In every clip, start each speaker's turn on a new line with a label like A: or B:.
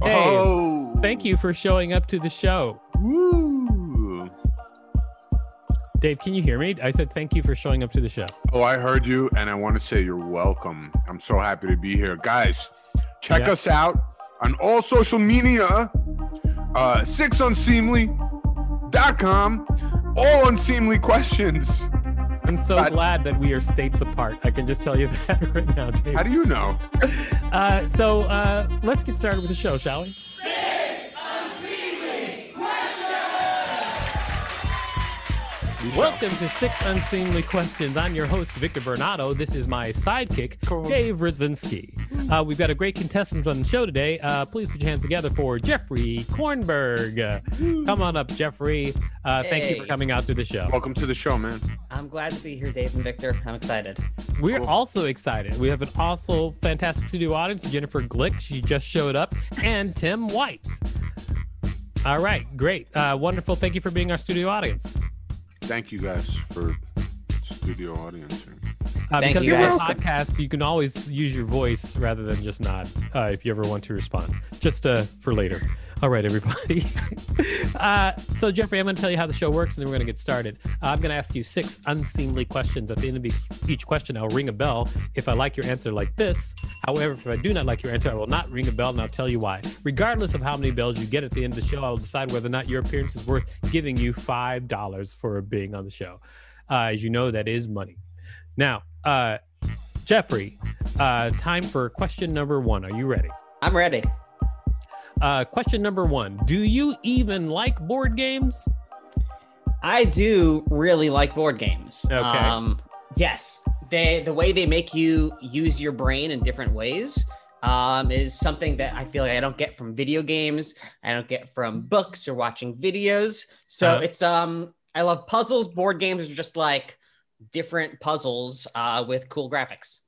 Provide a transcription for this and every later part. A: Dave,
B: Oh.
A: thank you for showing up to the show.
B: Woo.
A: Dave, can you hear me? I said thank you for showing up to the show.
B: Oh, I heard you, and I want to say you're welcome. I'm so happy to be here. Guys, check
A: Yeah.
B: us out on all social media uh, sixunseemly.com. All unseemly questions.
A: I'm so
B: But-
A: glad that we are states apart. I can just tell you that right now, Dave.
B: How do you know?
A: Uh, so uh, let's get started with the show, shall we? Welcome to Six Unseemly Questions. I'm your host, Victor Bernardo. This is my sidekick, Dave Rosinski. Uh, we've got a great contestant on the show today. Uh, please put your hands together for Jeffrey Kornberg. Come on up, Jeffrey. Uh, Thank you for
C: Hey.
A: coming out to the show.
B: Welcome to the show, man.
C: I'm glad to be here, Dave and Victor. I'm excited.
A: We're also excited. We have an also fantastic studio audience. Jennifer Glick, she just showed up, and Tim White. All right, great, uh, wonderful. Thank you for being our studio audience.
B: Thank you guys for studio audience. here.
A: Uh,
C: Thank
A: because
C: you,
A: it's a
C: guys.
A: podcast, you can always use your voice rather than just nod uh, if you ever want to respond. Just uh, for later. All right, everybody. uh, so, Jeffrey, I'm going to tell you how the show works, and then we're going to get started. Uh, I'm going to ask you six unseemly questions. At the end of each, each question, I'll ring a bell. If I like your answer, like this. However, if I do not like your answer, I will not ring a bell, and I'll tell you why. Regardless of how many bells you get at the end of the show, I will decide whether or not your appearance is worth giving you five dollars for being on the show. Uh, as you know, that is money. Now, uh, Jeffrey, uh, time for question number one. Are you ready?
C: I'm ready.
A: Uh, question number one Do you even like board games?
C: I do really like board games. Um,
A: Okay.
C: yes, they the way they make you use your brain in different ways um, is something that I feel like I don't get from video games. I don't get from books or watching videos. So
A: Uh-huh.
C: it's um, I love puzzles. Board games are just like different puzzles uh, with cool graphics.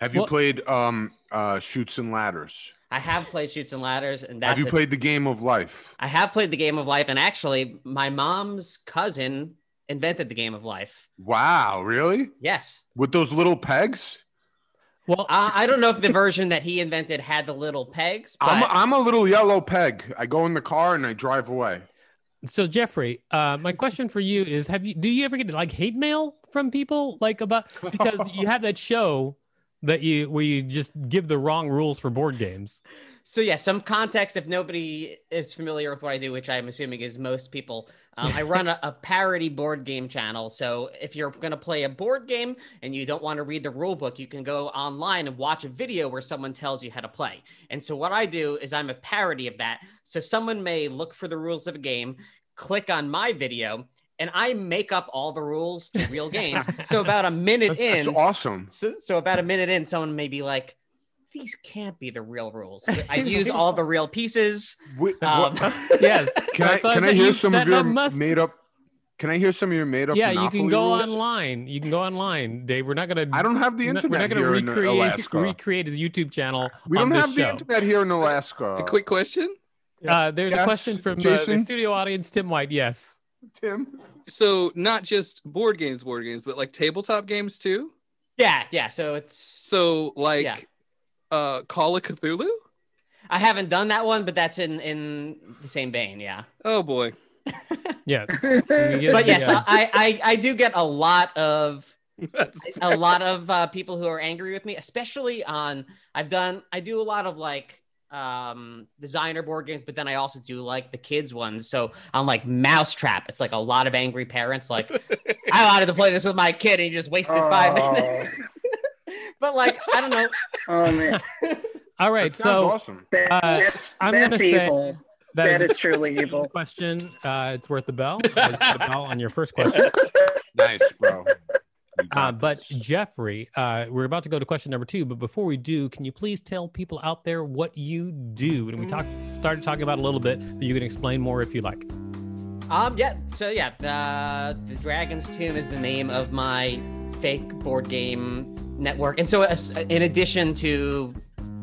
B: Have you
A: Well-
B: played um, uh, Shoots and Ladders?
C: I have played shoots and ladders, and that's
B: Have you
C: a-
B: played the game of life?
C: I have played the game of life, and actually, my mom's cousin invented the game of life.
B: Wow, really?
C: Yes, Uh,
B: With those little pegs?
A: Well,
C: I, I don't know if the version that he invented had the little pegs, but
B: I'm, I'm a little yellow peg. I go in the car and I drive away.
A: so Jeffrey, uh, my question for you is: Have you do you ever get like hate mail from people like about because you have that show that you where you just give the wrong rules for board games?
C: so yeah, some context if nobody is familiar with what I do, which I'm assuming is most people. Um, I run a, a parody board game channel, so if you're going to play a board game and you don't want to read the rule book, you can go online and watch a video where someone tells you how to play. And so what I do is I'm a parody of that. So someone may look for the rules of a game, click on my video. And I make up all the rules to real games. So about a minute
B: It's
C: in,
B: awesome.
C: so, so about a minute in, someone may be like, "These can't be the real rules. I use all the real pieces."
B: Wait,
C: Um,
B: what-
A: Yes.
B: can I,
A: That's why
B: can I
A: said
B: hear
A: you-
B: some
A: that-
B: of your
A: that must-
B: made up? Can I hear some of your made up?
A: Yeah, you can go
B: rules?
A: online. You can go online, Dave. We're not gonna.
B: I don't have the
A: we're not-
B: internet
A: We're not gonna
B: here in
A: recreate
B: Alaska.
A: recreate his YouTube channel.
B: we
A: on
B: don't
A: this
B: have the
A: show.
B: internet here in Alaska.
C: Oh.
D: A quick question.
A: Uh, there's a
B: Yes,
A: question from uh, the
B: Jason?
A: studio audience, Tim White. Yes.
B: Tim.
D: So not just board games, board games, but like tabletop games too.
C: Yeah, yeah. So it's
D: So like
C: Yeah.
D: uh Call of Cthulhu?
C: I haven't done that one, but that's in in the same vein. Yeah,
D: Oh boy.
A: Yes. You can get
C: but
A: the,
C: yes,
A: uh,
C: I, I I do get a lot of
D: That's-
C: a lot of uh, people who are angry with me, especially on I've done I do a lot of like um designer board games but then i also do like the kids ones so i'm like mousetrap it's like a lot of angry parents like I wanted to play this with my kid and he just wasted five
E: Oh.
C: minutes. but like, I don't know.
E: Oh man,
A: all right.
B: That sounds
A: So
B: awesome.
E: that,
A: Uh,
E: that's
A: I'm gonna
E: that's
A: say
E: evil.
A: that is
E: that is truly
A: a
E: evil.
A: question. Uh, it's worth the bell. It's worth the bell on your first question.
B: Nice, bro. You
A: Uh,
B: got
A: but
B: this.
A: Jeffrey, uh, we're about to go to question number two, but before we do, can you please tell people out there what you do? And we talked started talking about it a little bit, but you can explain more if you like.
C: Um, yeah. So yeah, uh, the Dragon's Tomb is the name of my fake board game network, and so as- in addition to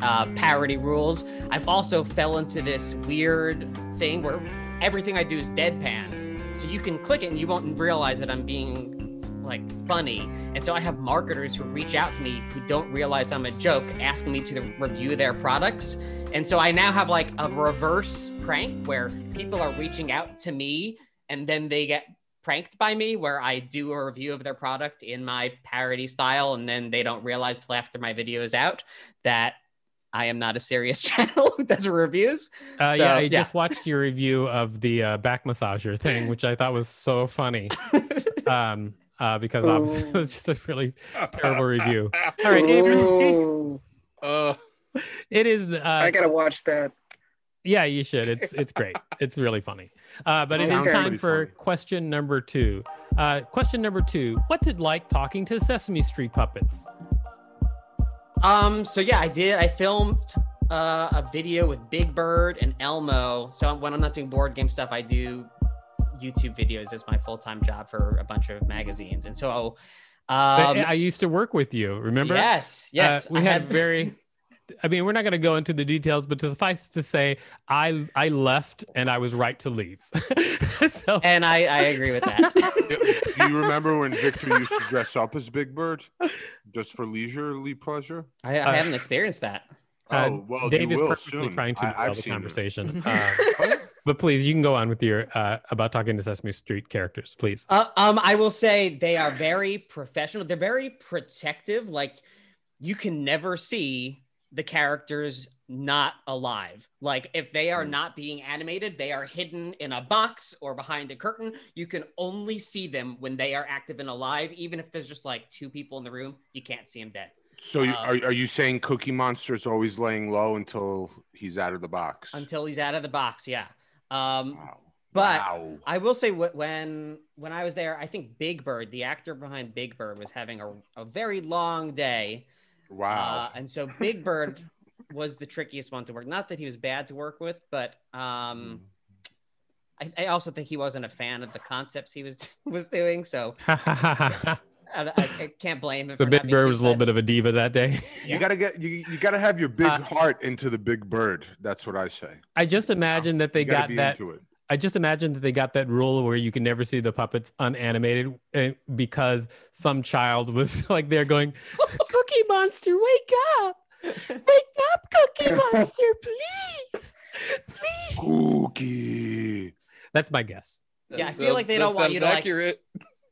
C: uh, parody rules, I've also fell into this weird thing where everything I do is deadpan. So you can click it and you won't realize that I'm being like funny. And so I have marketers who reach out to me who don't realize I'm a joke, asking me to review their products. And so I now have like a reverse prank where people are reaching out to me and then they get pranked by me where I do a review of their product in my parody style and then they don't realize till after my video is out that I am not a serious channel who does reviews.
A: Uh,
C: So,
A: yeah, I just watched your review of the uh, back massager thing, which I thought was so funny. Um, uh, because obviously it was just a really terrible review. All right, Avery,
E: Ooh,
D: Uh,
A: it is. Uh,
E: I gotta watch that.
A: yeah, you should. It's it's great. It's really funny. Uh, but it is
E: Sounds
A: time
B: pretty
A: for
B: funny.
A: question number two. Uh, question number two: What's it like talking to Sesame Street puppets?
C: Um. So yeah, I did. I filmed uh, a video with Big Bird and Elmo. So when I'm not doing board game stuff, I do YouTube videos as my full time job for a bunch of magazines. And so, um,
A: I used to work with you. Remember?
C: yes, yes,
A: Uh, we
C: I
A: had, very. I mean, we're not going to go into the details, but suffice to say, I I left and I was right to leave. so
C: and I I agree with that.
B: Do you remember when Victor used to dress up as Big Bird just for leisurely pleasure?
C: I, I haven't experienced that.
A: uh,
B: oh, well,
A: Dave
B: you
A: is
B: will
A: perfectly
B: soon.
A: trying to
B: I-
A: derail
B: I've
A: the
B: seen it.
A: conversation. Uh,
B: What?
A: but please, you can go on with your uh, about talking to Sesame Street characters, please.
C: Uh, um, I will say they are very professional. They're very protective. Like you can never see the characters not alive. Like if they are not being animated, they are hidden in a box or behind a curtain. You can only see them when they are active and alive. Even if there's just like two people in the room, you can't see them dead
B: So you,
C: Um,
B: are, are you saying Cookie Monster's always laying low until he's out of the box?
C: until he's out of the box. Yeah. Um,
B: wow.
C: but-
B: wow.
C: I will say wh- when when I was there, I think Big Bird, the actor behind Big Bird, was having a, a very long day.
B: Wow.
C: Uh, and so Big Bird was the trickiest one to work. Not that he was bad to work with, but
A: Mm.
C: um, I, I also think he wasn't a fan of the concepts he was was doing. So
A: the
C: I, I, I can't blame him. for not
A: Big
C: being
A: Bird was a little
C: too
A: bit of a diva that day.
B: you gotta get you, you gotta have your big
A: Uh,
B: heart into the big bird. That's what I say.
A: I just imagine that they
B: You gotta
A: got
B: be
A: that
B: into it.
A: I just imagine that they got that rule where you can never see the puppets unanimated eh, because some child was like there going, Cookie Monster, wake up! Wake up, Cookie Monster, please! Please!
B: Cookie.
A: That's my guess.
D: that
C: Yeah, I feel like
D: sounds-
C: they
D: that
C: don't want
D: sounds
C: you to, like-
D: accurate.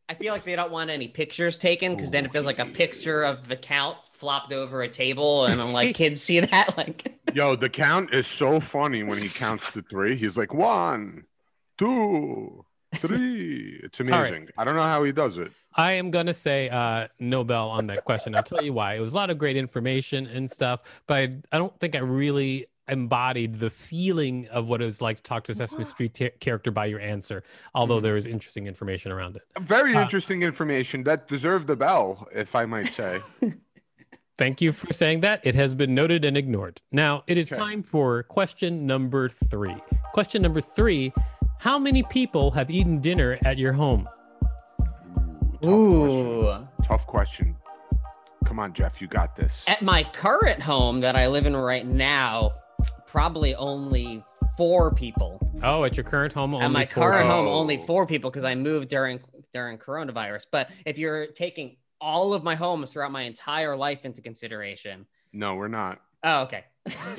C: I feel like they don't want any pictures taken because then it feels like a picture of the count flopped over a table, and I'm like, kids see that? Like,
B: Yo, the count is so funny when he counts to three. He's like one, two, three. It's
A: right.
B: amazing. I don't know how he does it.
A: I am gonna say uh, Nobel on that question. I'll tell you why. It was a lot of great information and stuff, but I, I don't think I really embodied the feeling of what it was like to talk to a Sesame Street ta- character by your answer, although there was interesting information around it.
B: Very
A: Uh,
B: interesting information that deserved a bell, if I might say.
A: Thank you for saying that. It has been noted and ignored. Now it is
B: Okay.
A: time for question number three. Question number three How many people have eaten dinner at your home?
B: Tough question. Tough question. Come on, Jeff, you got this.
C: At my current home that I live in right now, probably only four people.
A: Oh, at your current home? Only
C: At my
A: four.
C: current home, only
B: Oh.
C: four people because I moved during during coronavirus. But if you're taking all of my homes throughout my entire life into consideration,
B: No, we're not.
C: oh okay.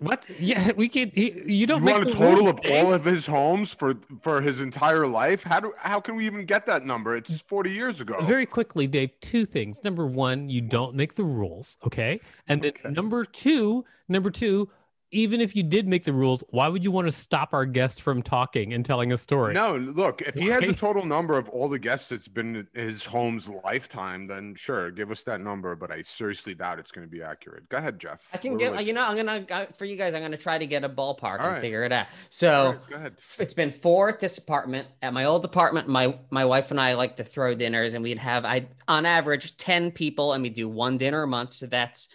A: What? Yeah, we can. He, you
B: You
A: don't make
B: want a
A: the
B: total
A: rules,
B: of
A: Dave.
B: all of his homes for for his entire life? How do how can we even get that number? It's forty years ago.
A: Very quickly, Dave, two things. Number one, you don't make the rules, okay? And then
B: Okay.
A: number two, number two, even if you did make the rules, why would you want to stop our guests from talking and telling a story?
B: No, look, if he has the
A: Why?
B: total number of all the guests that's been in his home's lifetime, then sure, give us that number. But I seriously doubt it's going to be accurate. Go ahead, Jeff.
C: I can
B: We're
C: get, you
B: listening.
C: know, I'm gonna I- for you guys. I'm gonna try to get a ballpark
B: All
C: and
B: right.
C: figure it out.
B: All
C: So
B: right,
A: Oh.
B: go ahead.
C: it's been four at this apartment. At my old apartment, my my wife and I like to throw dinners, and we'd have I on average ten people, and we do one dinner a month. So that's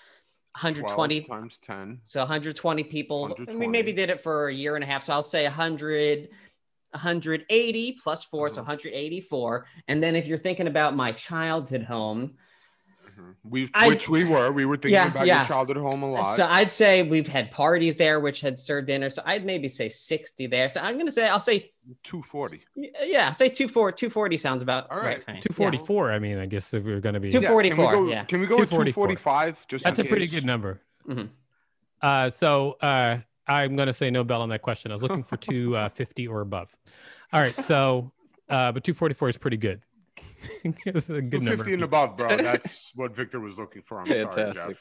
C: 120
B: 12 times 10.
C: So 120 people. And we
B: 120.
C: maybe did it for a year and a half. So I'll say 100, 180 plus 4 so
B: Mhm.
C: 184. And then if you're thinking about my childhood home,
B: Mhm. We,
C: I-
B: which we were. We were thinking
C: Yeah,
B: about
C: yes.
B: your childhood home a lot.
C: uh, so I'd say we've had parties there, which had served dinner. So I'd maybe say 60 there. So I'm gonna say I'll say
B: 240.
C: yeah, I'll say 240. 240 sounds about
B: All
C: right.
B: right,
C: for me.
A: Two forty four. I mean, I guess if we are going to be,
C: Two-
B: Yeah, can we
C: 244,
B: go-
C: yeah.
B: Can we go with
A: 244.
B: 245? Just
A: that's a
B: in
A: pretty
B: case?
A: good number.
E: Mm-hmm.
C: Mhm.
A: Uh, so uh, I'm going to say no bell on that question. I was looking for two uh, fifty or above. All right, so uh, but two forty four is pretty good. it's a good number.
B: 250 and above, bro. That's what Victor was looking for. I'm sorry,
D: Fantastic.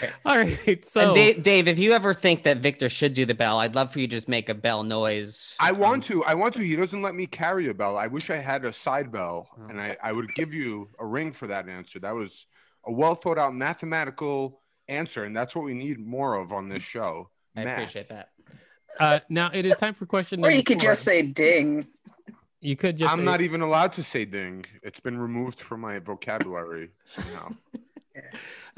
B: Jeff.
A: All right, so
C: and Dave, Dave, if you ever think that Victor should do the bell, I'd love for you to just make a bell noise.
B: I want to. I want to. He doesn't let me carry a bell. I wish I had a side bell, and I, I would give you a ring for that answer. That was a well thought out mathematical answer, and that's what we need more of on this show.
C: I
B: Math.
C: appreciate that.
A: uh, now it is time for question.
E: Or
A: number
E: you could
A: four.
E: just say ding.
A: you could just uh,
B: I'm
A: say-
B: not even allowed to say ding. It's been removed from my vocabulary somehow.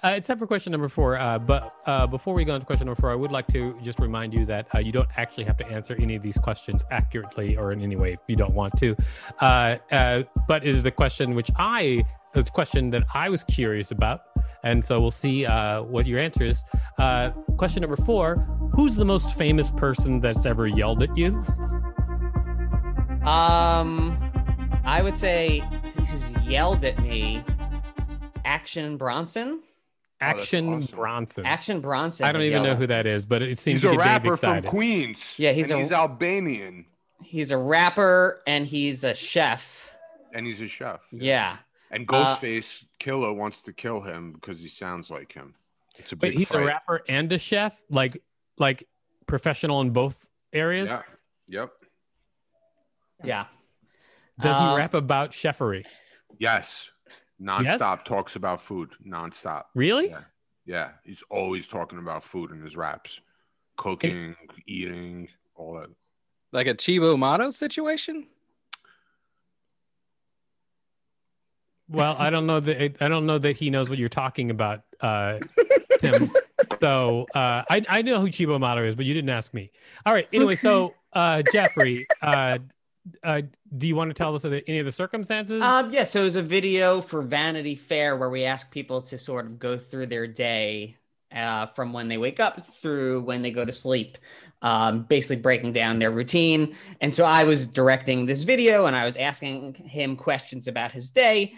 A: Uh, it's time for question number four. Uh, but uh, before we go on to question number four, I would like to just remind you that uh, you don't actually have to answer any of these questions accurately or in any way if you don't want to. Uh, uh, but it is the question which I, the question that I was curious about. And so we'll see uh, what your answer is. Uh, question number four Who's the most famous person that's ever yelled at you?
B: Oh,
C: Um, I would say who's yelled at me? Action Bronson.
B: that's
A: Action
B: awesome.
A: Bronson.
C: Action Bronson.
A: I don't
C: has
A: even know
C: yelled-
A: who that is, but it seems
B: He's
A: to
B: a
A: be Dave
B: rapper from
A: excited.
B: Queens.
C: Yeah, he's
B: and
C: a-
B: he's Albanian,
C: He's a rapper and he's a chef.
B: and he's a chef.
C: Yeah.
B: And
C: Uh,
B: Ghostface Killer wants to kill him because he sounds like him. It's a big
A: Wait, he's
B: fight.
A: a rapper and a chef, like like professional in both areas.
B: Yeah. Yep.
C: Yeah.
A: Does
C: Uh,
A: he rap about chefery?
B: Yes. Nonstop talks about food. Nonstop.
A: Really?
B: Yeah. Yeah. He's always talking about food in his raps. Cooking, eating, all that.
D: Like a Chibo Motto situation?
A: Well, I don't know that I don't know that he knows what you're talking about, uh, Tim. so uh, I I know who Chibo Mato is, but you didn't ask me. All right. Anyway, so uh, Jeffrey, uh, uh, do you want to tell us of the- any of the circumstances?
C: Um, yeah, so it was a video for Vanity Fair where we ask people to sort of go through their day uh, from when they wake up through when they go to sleep, um, basically breaking down their routine. And so I was directing this video and I was asking him questions about his day.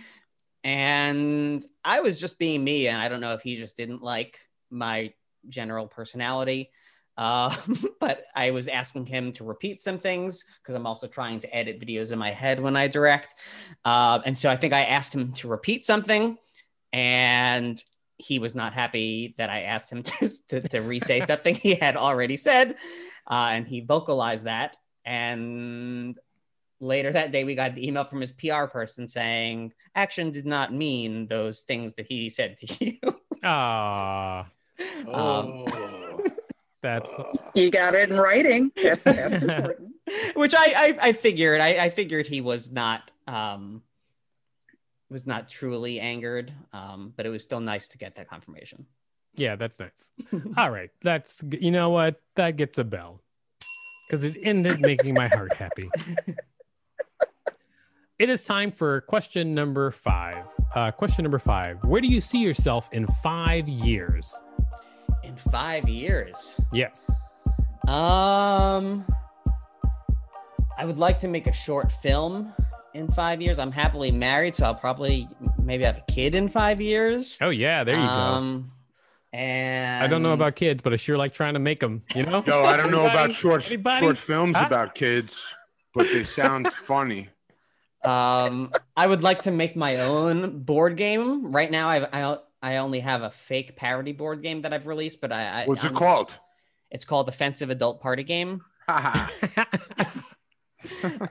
C: And I was just being me. And I don't know if he just didn't like my general personality. Uh, but I was asking him to repeat some things because I'm also trying to edit videos in my head when I direct. Uh, and so I think I asked him to repeat something, and he was not happy that I asked him to, to, to re say something he had already said. Uh, and he vocalized that. And later that day, we got the email from his PR person saying, Action did not mean those things that he said to you.
A: Ah,
C: Um,
A: that's
E: You got it in writing. That's, that's important.
C: which I, I I figured I, I figured he was not um was not truly angered um but it was still nice to get that confirmation
A: yeah, that's nice. All right, that's you know what that gets a bell because it ended making my heart happy. It is time for question number five. Uh, question number five: Where do you see yourself in five years?
C: in five years
A: Yes,
C: um I would like to make a short film in five years I'm happily married so I'll probably maybe have a kid in five years
A: Oh yeah, there you
B: Um,
A: go.
C: go and
A: I don't know about kids, but I sure like trying to make them. You know?
B: Yo, I don't know
A: Anybody?
B: about short
A: Anybody?
B: short films
A: Huh?
B: about kids, but they sound funny.
C: um i would like to make my own board game right now I've, i i only have a fake parody board game that i've released but i, I
B: What's it
C: I'm-
B: called?
C: It's called Offensive Adult Party Game.
B: Ha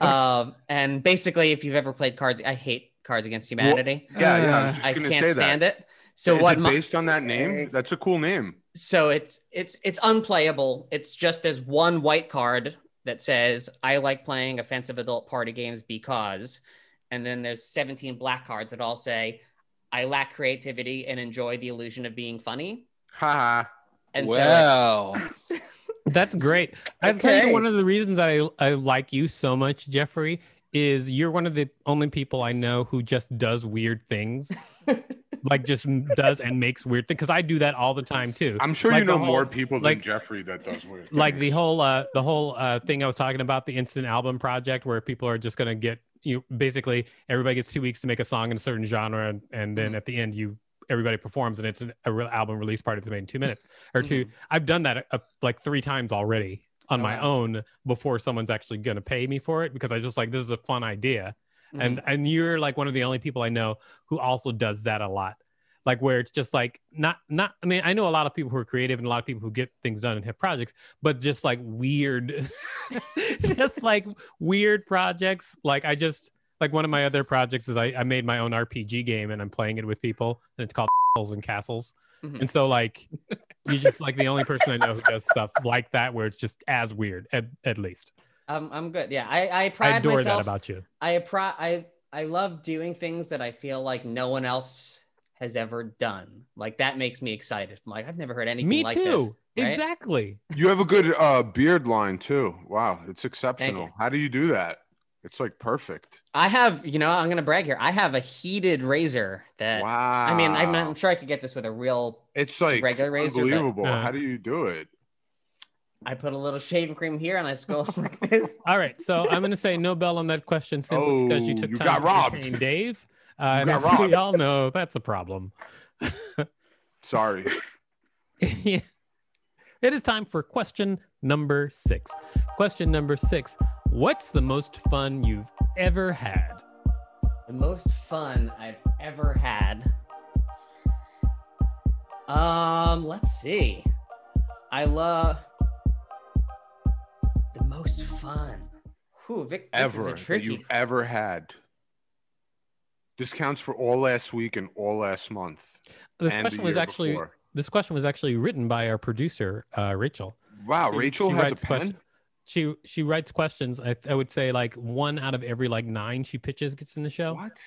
C: um, and basically, if you've ever played Cards, I hate Cards Against Humanity.
B: yeah, yeah. I was
C: Uh, I
B: just gonna
C: can't
B: say
C: stand
B: that.
C: it. So
B: Is
C: what?
B: it
C: my-
B: based on that name? That's a cool name.
C: so it's it's it's unplayable. It's just there's one white card that says I like playing offensive adult party games because, and then there's 17 black cards that all say I lack creativity and enjoy the illusion of being funny.
B: Ha
C: And
D: wow.
C: so it's,
A: That's great. I tell you,
E: Okay.
A: one of the reasons I I like you so much, Jeffrey, is you're one of the only people I know who just does weird things, like just m- does and makes weird things. Because I do that all the time too.
B: I'm sure
A: Like
B: you
A: the
B: know
A: whole-
B: more people than
A: like-
B: Jeffrey that does weird.
A: like the
B: things.
A: whole uh the whole uh thing i was talking about the instant album project where people are just gonna get you basically everybody gets two weeks to make a song in a certain genre and, and then at the end you everybody performs and it's an, a real album release party that's made in two minutes or 2 i've done that uh, like three times already on my own before someone's actually gonna pay me for it because i just like this is a fun idea and and you're like one of the only people i know who also does that a lot like where it's just like not not i mean i know a lot of people who are creative and a lot of people who get things done and have projects but just like weird just like weird projects like i just like one of my other projects is I, I made my own rpg game and i'm playing it with people and it's called Castles and castles
C: Mhm.
A: and so like you're just like the only person i know who does stuff like that where it's just as weird at, at least
C: um, I'm good. Yeah, I I pride
A: i adore
C: myself.
A: that about you
C: I appro- I I love doing things that I feel like no one else has ever done. Like that makes me excited. I'm like I've never heard anything
A: me
C: like
A: too
C: this. right?
A: exactly
B: You have a good uh, beard line too. Wow, it's exceptional.
C: you.
B: How do you do that? It's like perfect.
C: I have, you know, I'm gonna brag here. I have a heated razor that
B: Wow.
C: Uh, I mean, I'm, I'm sure I could get this with a real.
B: It's like
C: regular razor, but-
B: unbelievable.
A: Uh.
B: How do you do it?
C: I put a little shaving cream here and I just go like this.
A: All right, so I'm going to say no bell on that question simply because you
B: Oh,
A: took
B: you
A: time
B: got
A: to
B: robbed.
A: entertain Dave. Uh, and
B: got
A: as we
B: robbed.
A: all know, that's a problem.
B: Sorry.
A: Yeah. It is time for question number six. Question number six: What's the most fun you've ever had?
C: The most fun I've ever had. Um, let's see. I love the most fun. Whew, Vic, this is
B: ever
C: a
B: that
C: tricky.
B: you've ever had. This counts for all last week and all last month.
A: This
B: and the
A: question was
B: year
A: actually
B: before.
A: this question was actually written by our producer uh, Rachel.
B: Wow,
A: She-
B: Oh, Rachel
A: she
B: has a
A: writes
B: pen.
A: question- She she writes questions. I, I would say like one out of every like nine she pitches gets in the show,
B: What?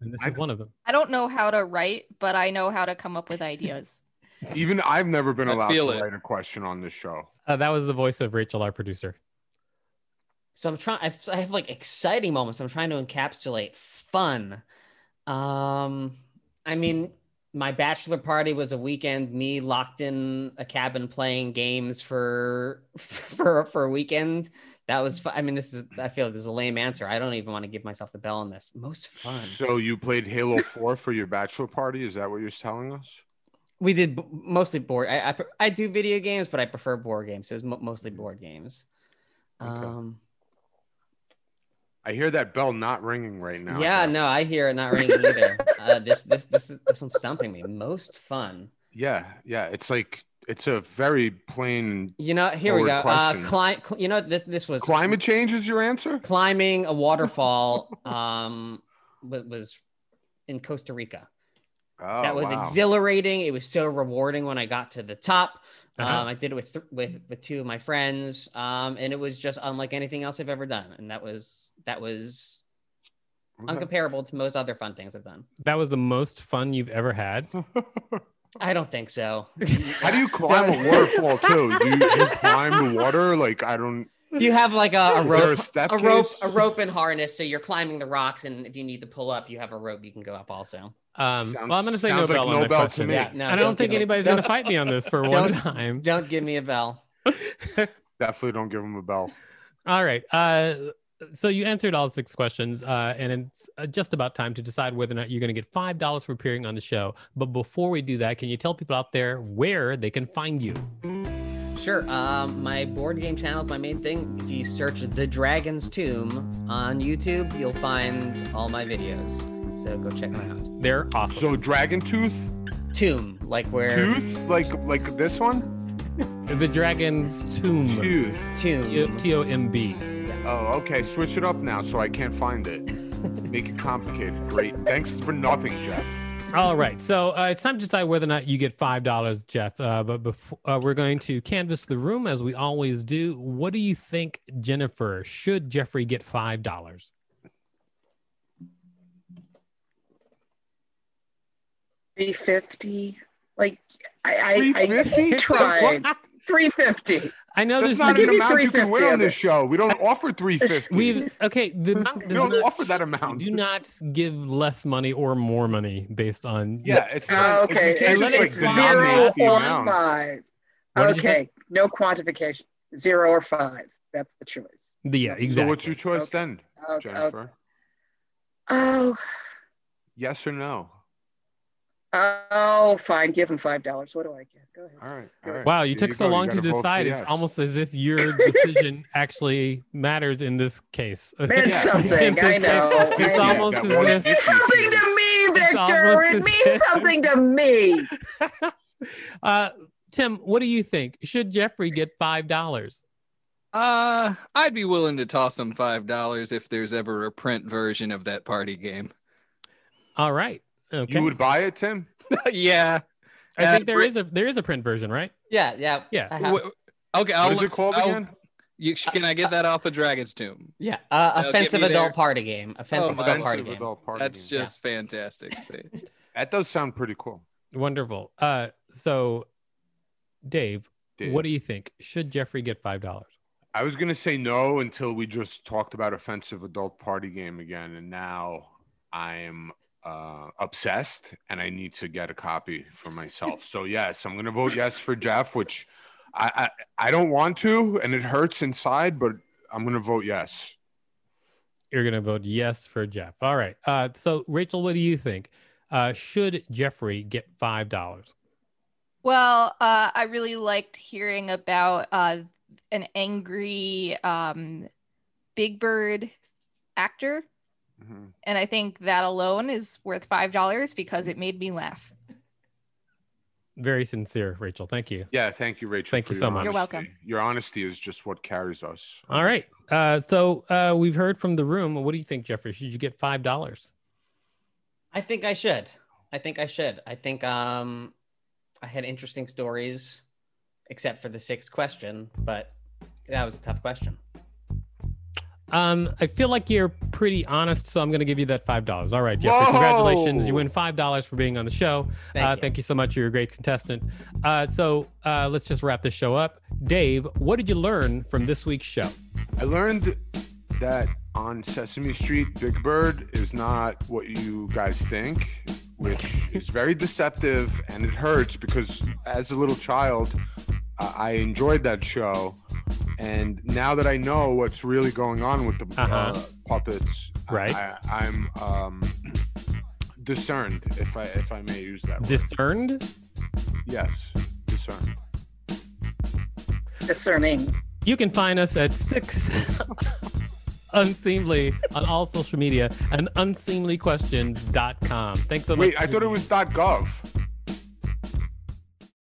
A: and this
B: I-
A: is one of them.
F: I don't know how to write, but I know how to come up with ideas.
B: Even I've never been
D: I
B: allowed
D: feel
B: to
D: it.
B: write a question on this show.
A: Uh, that was the voice of Rachel, our producer.
C: so I'm trying. I have- I have like exciting moments. I'm trying to encapsulate fun. Um, I mean, my bachelor party was a weekend. Me locked in a cabin playing games for for for a weekend. That was fun. I mean, this is. I feel this is a lame answer. I don't even want to give myself the bell on this. Most fun.
B: So you played Halo 4 for your bachelor party? Is that what you're telling us?
C: we did b- mostly board. I, I pre- I do video games, but I prefer board games. So it was mo- mostly board games.
B: Mm. Okay.
C: Um.
B: I hear that bell not ringing right now.
C: yeah,
B: though.
C: no, I hear it not ringing either. uh, this, this, this, is- this one's stumping me. Most fun.
B: Yeah, yeah. It's like it's a very plain
C: You know, here we
B: Forward
C: go. Uh,
B: question.
C: cli- cl- you know, this, this was
B: climate change is your answer?
C: climbing a waterfall. um, wa- was in Costa Rica.
B: Oh,
C: that was
B: wow.
C: exhilarating. It was so rewarding when I got to the top.
A: Uh-huh.
C: Um, I did it with, th- with with two of my friends, um, and it was just unlike anything else I've ever done. And that was that was
B: Okay.
C: uncomparable to most other fun things I've done.
A: That was the most fun you've ever had.
C: I don't think so.
B: How do you climb a waterfall too? Do you, do you climb the water? Like I don't.
C: you have like a, a
B: Is there
C: rope,
B: a step
C: a rope,
B: case?
C: a rope and harness. So you're climbing the rocks, and if you need to pull up, you have a rope you can go up also.
A: Um,
B: Sounds-
A: well, I'm going to say no
B: sounds like
A: bell on
B: no
A: that
B: bell to
A: question.
B: me. Yeah,
C: no,
A: and I
C: don't
A: don't think
C: give it-
A: anybody's
C: don't-
A: going to fight me on this for one
C: Uh, Don't-
A: time.
C: Don't give me a bell.
B: Definitely don't give him a bell.
A: All right. Uh, so you answered all six questions, uh, and it's uh, just about time to decide whether or not you're going to get five dollars for appearing on the show. But before we do that, can you tell people out there where they can find you?
C: Sure. Um, my board game channel is my main thing. If you search The Dragon's Tomb on YouTube, you'll find all my videos. So go check them
A: They're awesome.
B: So dragon tooth,
C: out. Tomb, like where
B: tooth, like like this one.
A: The Dragon's Tomb.
B: Tooth.
C: Tomb.
A: T O M B.
B: Oh, okay. Switch it up now so I can't find it. Make it complicated. Great. Thanks for nothing, Jeff.
A: All right. So uh, it's time to decide whether or not you get $5, Jeff. Uh, but before, uh, we're going to canvass the room as we always do. What do you think, Jennifer? Should Jeffrey get $5?
E: Three fifty. Like I, I, I
B: 350?
E: tried.
B: What?
E: three fifty.
A: I know
B: That's
A: this
B: not
A: is.
E: give
B: an
E: you
B: amount you can win
E: 350
B: on
E: of
B: this
E: it.
B: show. We don't offer 350.
A: We've okay. The amount
B: we
A: does
B: don't
A: not-
B: offer that amount.
A: do not give less money or more money based on
B: Yeah, it's
E: Oh,
B: not.
E: okay.
B: You can't
A: And
B: just
A: let
B: like
A: it
E: zero
B: denominate the
E: or
B: amount.
E: five.
A: What did you say?
E: okay. No quantification. Zero or five. That's the choice.
A: the yeah exactly.
B: So what's your choice
E: Okay.
B: then,
E: Oh,
B: Jennifer?
E: Oh,
B: Yes or no?
E: oh, oh, fine. Give him five dollars. What do I get? Go ahead.
B: All right. All right.
A: Wow, you
B: There
A: took so
B: go.
A: long to
B: gotta vote for
A: decide. It's
B: yes.
A: almost as if your decision actually matters in this case.
E: Meant
B: Yeah.
E: something. I
A: It's-
E: know.
A: it's
E: I know.
A: almost
B: That
A: as
B: one
A: if-
E: It's something to me,
A: It's
E: Victor.
A: almost
E: It
A: as
E: means
A: if-
E: something to me.
A: uh, Tim, what do you think? Should Jeffrey get five dollars?
D: Uh, I'd be willing to toss him five dollars if there's ever a print version of that party game.
A: All right. Okay.
B: You would buy it, Tim?
D: yeah.
A: I think
D: uh,
A: there
D: Brit-
A: is a there is a print version, right?
C: Yeah, yeah.
A: Yeah.
C: I have-
D: W- okay. I'll
B: What is
D: look-
B: it called
D: I'll-
B: again?
D: You, can I get that off of Dragon's Tomb?
C: yeah. Uh,
D: get
C: offensive
D: me
C: adult
D: there.
C: party game. Offensive
D: my
C: adult
B: Oh,
C: party
B: Offensive
C: game.
B: adult party
D: That's
B: game.
D: just fantastic. See?
B: That does sound pretty cool.
A: Wonderful. Uh, so, Dave,
B: Dave.
A: what do you think? Should Jeffrey get five dollars?
B: I was gonna say no until we just talked about offensive adult party game again, and now I'm uh, obsessed, and I need to get a copy for myself. so yes, I'm gonna vote yes for Jeff, which I I, I don't want to, and it hurts inside, but I'm gonna vote yes.
A: You're gonna vote yes for Jeff. All right. Uh, so Rachel, what do you think? Uh, should Jeffrey get five dollars?
F: Well, uh, I really liked hearing about uh, an angry um, Big Bird actor,
B: Mhm.
F: and I think that alone is worth five dollars because it made me laugh.
A: Very sincere, Rachel. Thank you.
B: Yeah, thank you, Rachel.
A: Thank
B: for
A: you
B: your
A: so much.
F: You're
B: honesty.
F: welcome.
B: Your honesty is just what carries us.
A: All right. Uh, so uh, we've heard from the room. What do you think, Jeffrey? Should you get five dollars?
C: I think I should. I think I should. I think um I had interesting stories, except for the sixth question, but that was a tough question.
A: Um, I feel like you're pretty honest, so I'm going to give you that five dollars. All right, Jeffrey.
B: Whoa!
A: Congratulations! You win five dollars for being on the show.
C: Thank
A: uh,
C: you.
A: thank you so much. You're a great contestant. Uh, so uh, let's just wrap this show up. Dave, what did you learn from this week's show?
B: I learned that on Sesame Street, Big Bird is not what you guys think, which is very deceptive and it hurts because as a little child, I I enjoyed that show. And now that I know what's really going on with the uh
A: Uh-huh.
B: puppets, I-
A: Right.
B: I, I'm um, discerned, if I if I may use that word.
A: Discerned.
B: yes, discerned.
E: Discerning.
A: You can find us at six unseemly on all social media and unseemlyquestions.com. Thanks so much.
B: Wait, I thought it was .gov.